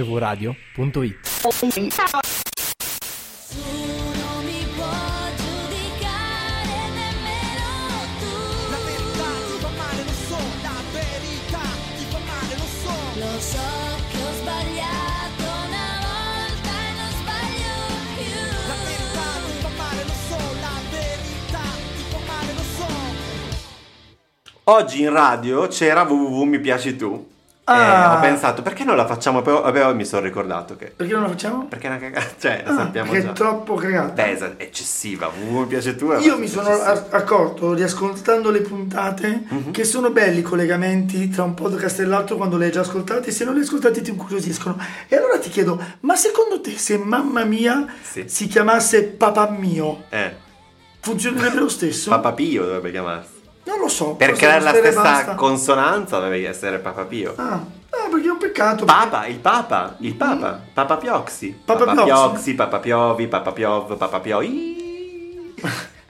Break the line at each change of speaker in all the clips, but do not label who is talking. mvradio.it.
Nessuno mi può giudicare, nemmeno tu.
La verità ti fa male, lo so, la verità ti fa male, lo so.
Lo so che ho sbagliato una volta e non sbaglio più.
La verità ti fa male, lo so, la verità ti fa male, lo so.
Oggi in radio c'era www mi piaci tu. E
Ah.
ho pensato perché non la facciamo, però vabbè, poi mi sono ricordato che
Perché non lo facciamo?
perché è una cagata, cioè la
Ah,
sappiamo
perché
già.
è troppo cagata.
Beh, es- è eccessiva, www mi piaci tu. è
Io mi sono
eccessiva.
a- accorto, riascoltando le puntate,
Mhm.
che sono belli i collegamenti tra un podcast e l'altro quando li hai già ascoltati. Se non li hai ascoltati ti incuriosiscono. E allora ti chiedo, ma secondo te se mamma mia
Sì.
si chiamasse papà mio,
eh,
funzionerebbe lo stesso?
Papà Pio dovrebbe chiamarsi.
Non lo so.
Per
forse
creare la
non stere
stessa
basta.
consonanza dovrebbe essere Papa Pio.
Ah, ah, perché è un peccato.
Papa, il Papa, il Papa, Papa Pioxi,
Mm. Papa Pioxi.
Pioxi, Papa Piovi, Papa Piov, Papa Pioi.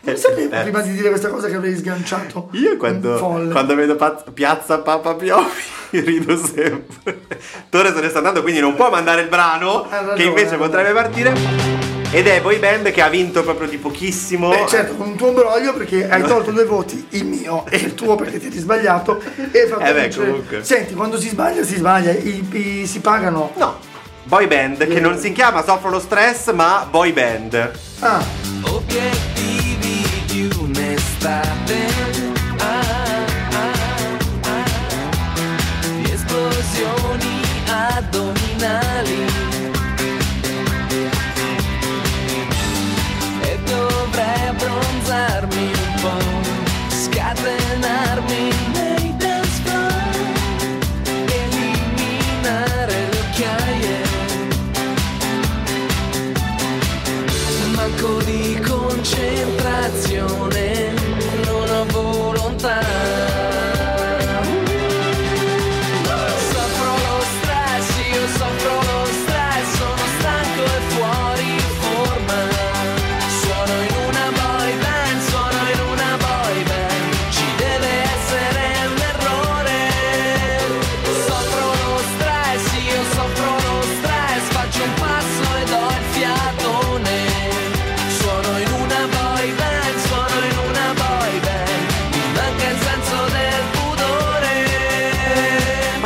Non sapevo
Eh,
prima di dire questa cosa che avrei sganciato.
Io
un
quando,
folle.
quando vedo Paz- piazza Papa Piovi rido sempre. Torre se ne sta andando, quindi non può mandare il brano
Ha ragione,
che
ha
invece
ragione.
potrebbe partire. Ed è Boy Band che ha vinto proprio di pochissimo.
Eh, certo, con un tuo imbroglio perché hai tolto due voti, il mio e il tuo perché ti eri sbagliato. E hai fatto
Eh beh,
vincere-
comunque.
Senti, quando si sbaglia, si sbaglia, i- i- si pagano.
No, Boy Band che non si chiama Soffro lo stress, ma Boy Band.
Ah,
Obiettivi di un'estate ah, ah, ah. Di esplosioni addominali E dovrei bronzarmi un po' Scatenarmi nei dance floor Eliminare le occhiaie manco di concentrazione, non ho volontà. Soffro lo stress, io soffro lo stress, sono stanco e fuori forma. Sono in una boy band, sono in una boy band, ci deve essere un errore. Soffro lo stress, io soffro lo stress, faccio un passo e do il fiatone. Sono in una boy band, sono in una boy band, mi manca il senso del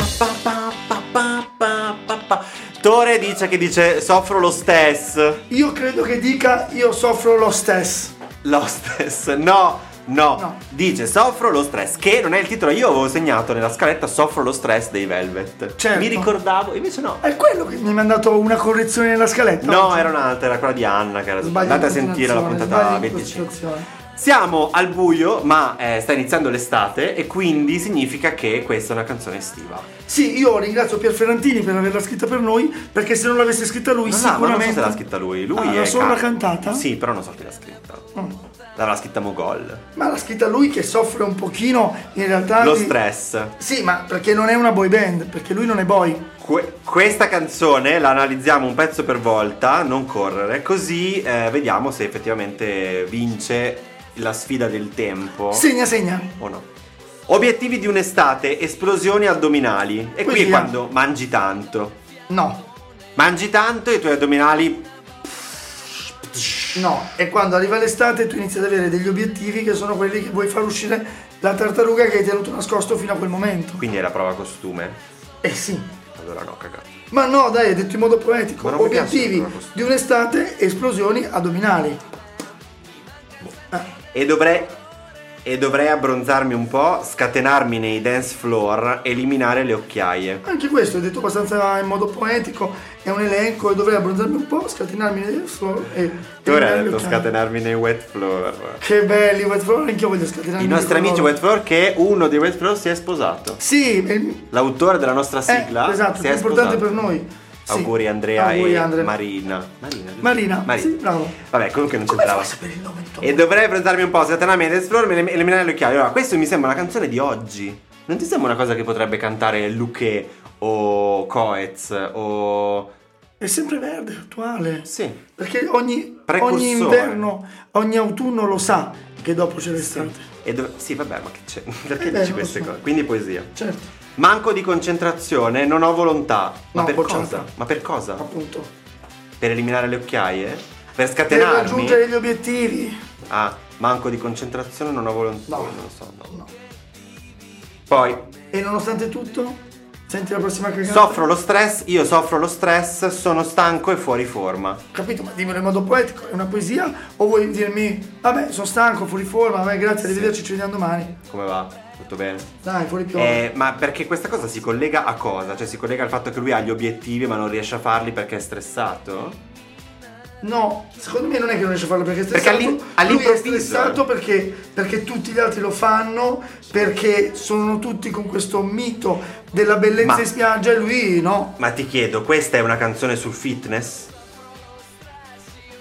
pudore.
Pa, pa, pa, pa, pa, pa, pa. Tore dice che dice soffro lo stesso.
io credo che dica io soffro lo stesso.
Lo stesso. No, no,
No.
Dice soffro lo stress, che non è il titolo. Io avevo segnato nella scaletta soffro lo stress dei Velvet.
Certo. Eh,
Mi ricordavo, invece no.
È quello che mi hai mandato una correzione nella scaletta?
No,
oggi?
era un'altra, era quella di Anna che era
Sbaglio di
Andate a sentire la
continuazione,
puntata
sbaglio di
25.
continuazione.
Siamo al buio, ma eh, sta iniziando l'estate e quindi significa che questa è una canzone estiva.
Sì, io ringrazio Pier Ferrantini per averla scritta per noi, perché se non l'avesse scritta lui
No, no, ma non so
sicuramente...
se l'ha scritta lui. Lui
Ah,
è
l'ha solo
can-
la cantata?
Sì, però non so chi l'ha scritta.
Mm.
L'avrà scritta Mogol.
Ma l'ha scritta lui che soffre un pochino in realtà...
Lo
di-
stress.
Ah, Sì, ma perché non è una boy band, perché lui non è boy.
Que- questa canzone la analizziamo un pezzo per volta, non correre, così eh, vediamo se effettivamente vince la sfida del tempo
Segna, segna.
o no. Obiettivi di un'estate, esplosioni addominali. E qui
Così,
è
eh.
quando mangi tanto.
No,
Mangi tanto e i tuoi addominali...
no. E quando arriva l'estate tu inizi ad avere degli obiettivi che sono quelli che vuoi far uscire la tartaruga che hai tenuto nascosto fino a quel momento.
Quindi è la prova costume.
Eh sì.
Allora no, cagà.
Ma no, dai, è detto in modo poetico.
Ma non mi piace
Obiettivi
ancora questo.
di un'estate, esplosioni addominali.
E dovrei. E dovrei abbronzarmi un po', scatenarmi nei dance floor, eliminare le occhiaie.
Anche questo è detto abbastanza in modo poetico, è un elenco e dovrei abbronzarmi un po', scatenarmi nel floor e...
Tu ora
e-
hai detto
ok.
scatenarmi nei wet floor.
Che belli, wet floor, anche io voglio scatenarmi.
I
nel
nostri amici
floor.
wet floor che uno dei wet floor si è sposato.
Sì, è il-
L'autore della nostra
Eh,
sigla
esatto,
si
è
è
importante
sposato.
per noi. Sì.
Auguri Andrea
Auguri,
e
Andrea.
Marina. Marina. giusto?
Marina, sì, bravo.
Vabbè, comunque non
Come fai
c'entrava.
a sapere il nome di tuo
E dovrei abbronzarmi un po', scatenarmi nei dance floor, e eliminare le occhiaie. Allora, questo mi sembra una canzone di oggi. Non ti sembra una cosa che potrebbe cantare Luque o Coetz o...
È sempre verde, attuale.
Sì.
Perché ogni,
Precursore.
ogni inverno, ogni autunno lo sa che dopo c'è l'estate.
E dov- sì, vabbè, ma che c'è? Perché
Eh beh,
dici
non lo
queste
so.
cose? Quindi poesia.
Certo.
Manco di concentrazione, non ho volontà. Ma
No,
per
bocciata.
cosa? Ma per cosa?
appunto.
Per eliminare le occhiaie? Per
Per
scatenarmi?
raggiungere gli obiettivi.
Ah, manco di concentrazione, non ho volontà.
No.
Non lo so, no.
No.
Poi,
E nonostante tutto, senti la prossima cagata.
soffro lo stress, io soffro lo stress, sono stanco e fuori forma.
Capito? Ma dimmelo in modo poetico, è una poesia? O vuoi dirmi, vabbè, sono stanco, fuori forma, vabbè, grazie, arrivederci, ci vediamo domani.
Come va? Tutto bene?
Dai, fuori piove.
Eh, ma perché questa cosa si collega a cosa? Cioè si collega al fatto che lui ha gli obiettivi ma non riesce a farli perché è stressato?
No, secondo me non è che non riesce a farlo perché è
Perché
stressato.
all'im-
Lui
all'improvviso.
è stressato perché, perché tutti gli altri lo fanno, perché sono tutti con questo mito della bellezza
Ma-
in spiaggia e lui no.
Ma ti chiedo, questa è una canzone sul fitness?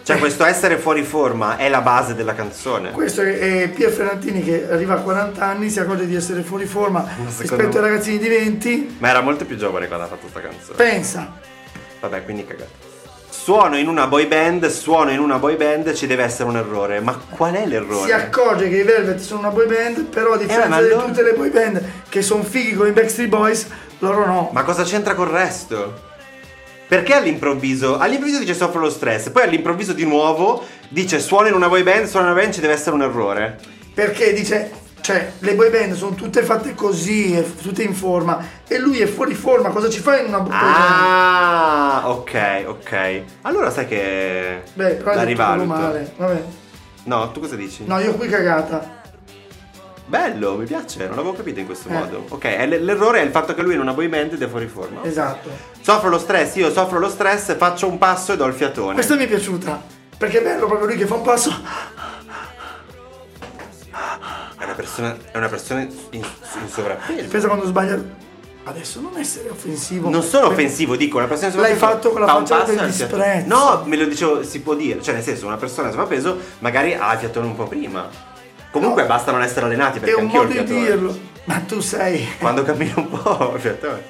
Cioè questo essere fuori forma è la base della canzone.
Questo è, è Pier Ferrantini che arriva a 40 anni, si accorge di essere fuori forma
secondo
rispetto
me-
ai ragazzini di 20.
Ma era molto più giovane quando ha fatto questa canzone.
Pensa,
Vabbè, quindi cagate. Suono in una boy band, suono in una boy band, ci deve essere un errore. Ma qual è l'errore?
si accorge che i Velvet sono una boy band, però a differenza
Eh, ma allora-
di tutte le boy band che sono fighi con i Backstreet Boys, loro no.
Ma cosa c'entra col resto? Perché all'improvviso? All'improvviso dice soffro lo stress, poi all'improvviso di nuovo dice suono in una boy band, suono in una boy band, ci deve essere un errore.
Perché dice, cioè, le boy band sono tutte fatte così, e f- tutte in forma, e lui è fuori forma, cosa ci fai in una boy band?
Ah, ok, ok. Allora sai che...
Beh, però
la
è tutto
rivaluto.
male, vabbè.
No, tu cosa dici?
No, io qui cagata.
Bello, mi piace, non l'avevo capito in questo
Eh.
modo. Ok, è l- l'errore è il fatto che lui è in una boy band ed è fuori forma.
Esatto.
Soffro lo stress, io soffro lo stress, faccio un passo ed ho il fiatone.
Questa mi è piaciuta, perché è bello proprio lui che fa un passo.
È una persona, è una persona in, in sovrappeso.
Pensa quando sbaglia. Adesso non essere offensivo.
Non sono
Per-
offensivo, dico, una persona in
L'hai
sovrappeso
fatto con la
fa un
faccia
passo
del
e ha il fiato-
disprezzo.
No, me lo dicevo, si può dire. Cioè, nel senso, una persona in sovrappeso magari ha il fiatone un po' prima. Comunque
No.
basta non essere allenati
È
perché
un
anch'io ho il
modo di
fiatone.
dirlo. Ma tu sei.
Quando cammino un po' ho il fiatone.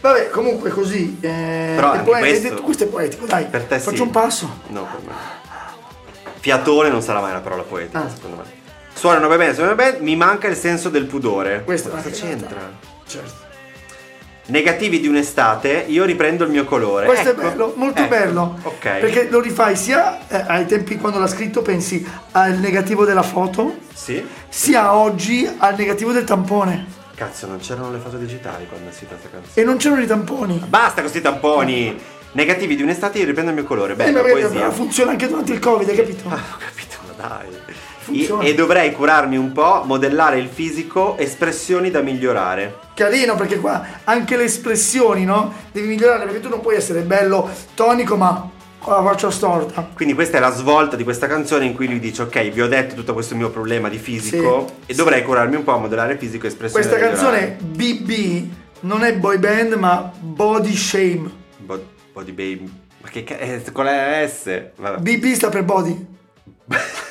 Vabbè, comunque così. eh,
Però
è
anche
poe-
questo-
è detto- questo è poetico, dai.
Per te sì.
Faccio un passo.
No, per me. Fiatone non sarà mai una parola poetica,
Ah.
secondo me. Suonano bene, suonano bene, mi manca il senso del pudore.
Questo
Ma
è
cosa
una cagata.
c'entra?
Certo.
Negativi di un'estate, io riprendo il mio colore.
Questo
Ecco,
è bello, molto
ecco,
bello.
Ok.
Perché lo rifai sia eh, ai tempi quando l'ha scritto, pensi al negativo della foto,
Sì?
sia oggi al negativo del tampone.
Cazzo, non c'erano le foto digitali quando è uscita questa canzone.
E non c'erano i tamponi.
Basta con questi tamponi! Negativi di un'estate, io riprendo il mio colore.
Eh,
Bella
ma vedi,
poesia. Ah.
però funziona anche durante il Covid, hai capito?
Ho capito, ma dai.
Funziona.
E, e dovrei curarmi un po', modellare il fisico, espressioni da migliorare.
Carino perché qua anche le espressioni, no? Devi migliorare perché tu non puoi essere bello tonico ma con la faccia storta.
Quindi questa è la svolta di questa canzone in cui lui dice ok, vi ho detto tutto questo mio problema di fisico
Sì.
e dovrei curarmi un po', modellare il fisico, espressioni
Questa
da migliorare.
canzone BB non è boy band ma body shame.
Bo- body baby. Ma che cazzo? Con la S? Vabbè.
BB sta per body.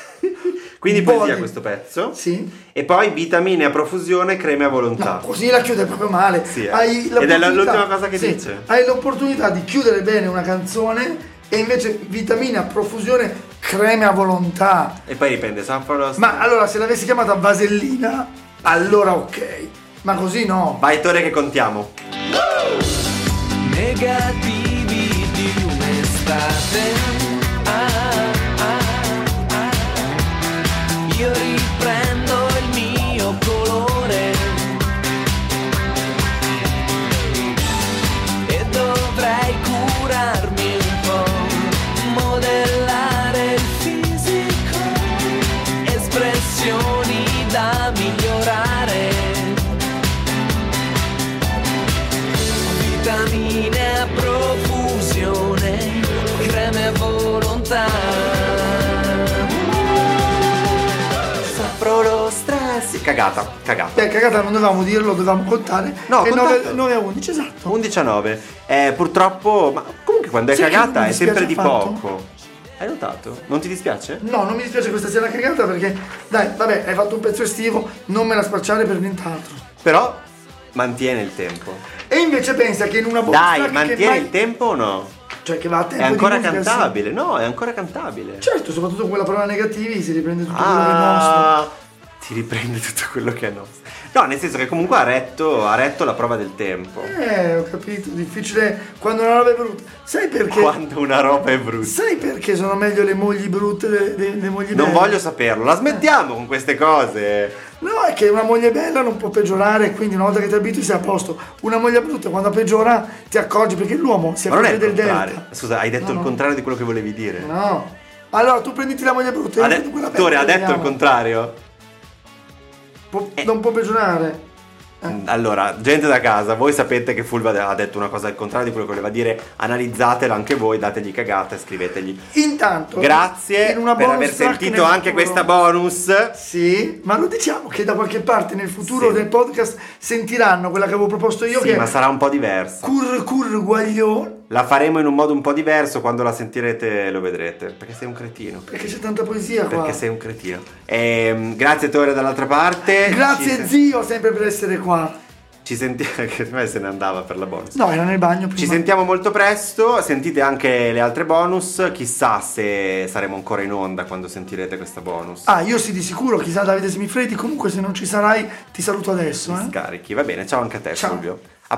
Quindi
Body.
poesia questo pezzo.
Sì.
E poi vitamine a profusione, creme a volontà.
No, così la chiude proprio male.
Sì, eh. Ed
Hai
è
l'opportunità-
l'ultima cosa che
sì,
dice.
Hai l'opportunità di chiudere bene una canzone e invece vitamina a profusione creme a volontà.
E poi riprende Sanfalo.
Ma allora se l'avessi chiamata vasellina, allora ok. Ma così no.
Vai Tore che contiamo.
negativi di un'estate. Ah, ah, ah. Io riprendo il mio colore e dovrei curarmi un po', modellare il fisico, espressioni da migliorare. vitamine a profusione, creme a volontà.
Pro lo stress. Cagata, cagata.
Beh, cagata, non dovevamo dirlo, dovevamo contare.
No,
e
contate.
9, 9 a 11, esatto.
11 a 9. Eh, purtroppo, ma comunque quando è
Sai che non
cagata
mi
è sempre di
dispiace affatto?
poco. Hai notato? Non ti dispiace?
No, non mi dispiace questa sia una cagata perché, dai, vabbè, hai fatto un pezzo estivo, non me la spacciare per nient'altro.
Però mantiene il tempo.
E invece pensa che in una box
Dai,
track Boh, che
mantiene
mai-
il tempo o no?
Cioè che va a
È
tempo di
ancora
musica, sì.
cantabile, no, è ancora cantabile.
Certo, soprattutto con quella parola negativi si riprende tutto quello che è nostro.
Ah, ti riprende tutto quello che è nostro. No, nel senso che comunque ha retto, ha retto la prova del tempo.
Eh, ho capito, difficile quando una roba è brutta. Sai perché?
Quando una roba è brutta.
Sai perché sono meglio le mogli brutte delle, delle- delle mogli
Non
belle?
voglio saperlo, la smettiamo con queste cose.
No, è che una moglie bella non può peggiorare, quindi una volta che ti abitui sei a posto. Una moglie brutta quando peggiora ti accorgi perché l'uomo si
Ma non è
accorge
il
Cioè, del
contrario.
delta.
Scusa, hai detto
No,
il
no.
contrario di quello che volevi dire.
No. Allora tu prenditi la moglie brutta
Ha
e io
de-
prendo quella
Tore,
bella,
ha detto il
vediamo.
contrario?
Può-
Eh.
Non può peggiorare. Eh.
Allora, gente da casa, voi sapete che Fulva ha detto una cosa al contrario di quello che voleva dire, analizzatela anche voi, dategli cagata e scrivetegli.
Intanto,
Grazie
in una
per
bonus
aver
track
sentito
nel
anche
futuro-
questa bonus.
Sì, ma lo diciamo che da qualche parte nel futuro
Sì.
del podcast sentiranno quella che avevo proposto io
Sì,
che
ma sarà un po' diversa.
cur cur guaglio
La faremo in un modo un po' diverso, quando la sentirete lo vedrete, perché sei un cretino.
perché c'è tanta poesia qua.
Perché sei un cretino. Ehm, grazie Tore dall'altra parte.
Grazie
Ci-
zio sempre per essere qua.
Ci sentiamo che ormai se ne andava per la bonus.
No, era nel bagno prima.
Ci sentiamo molto presto, sentite anche le altre bonus, chissà se saremo ancora in onda quando sentirete questa bonus.
Ah, io sì di sicuro, chissà Davide Smifredi, comunque se non ci sarai ti saluto adesso, eh.
Scarichi, va bene, ciao anche a te
Ciao.
Fulvio. A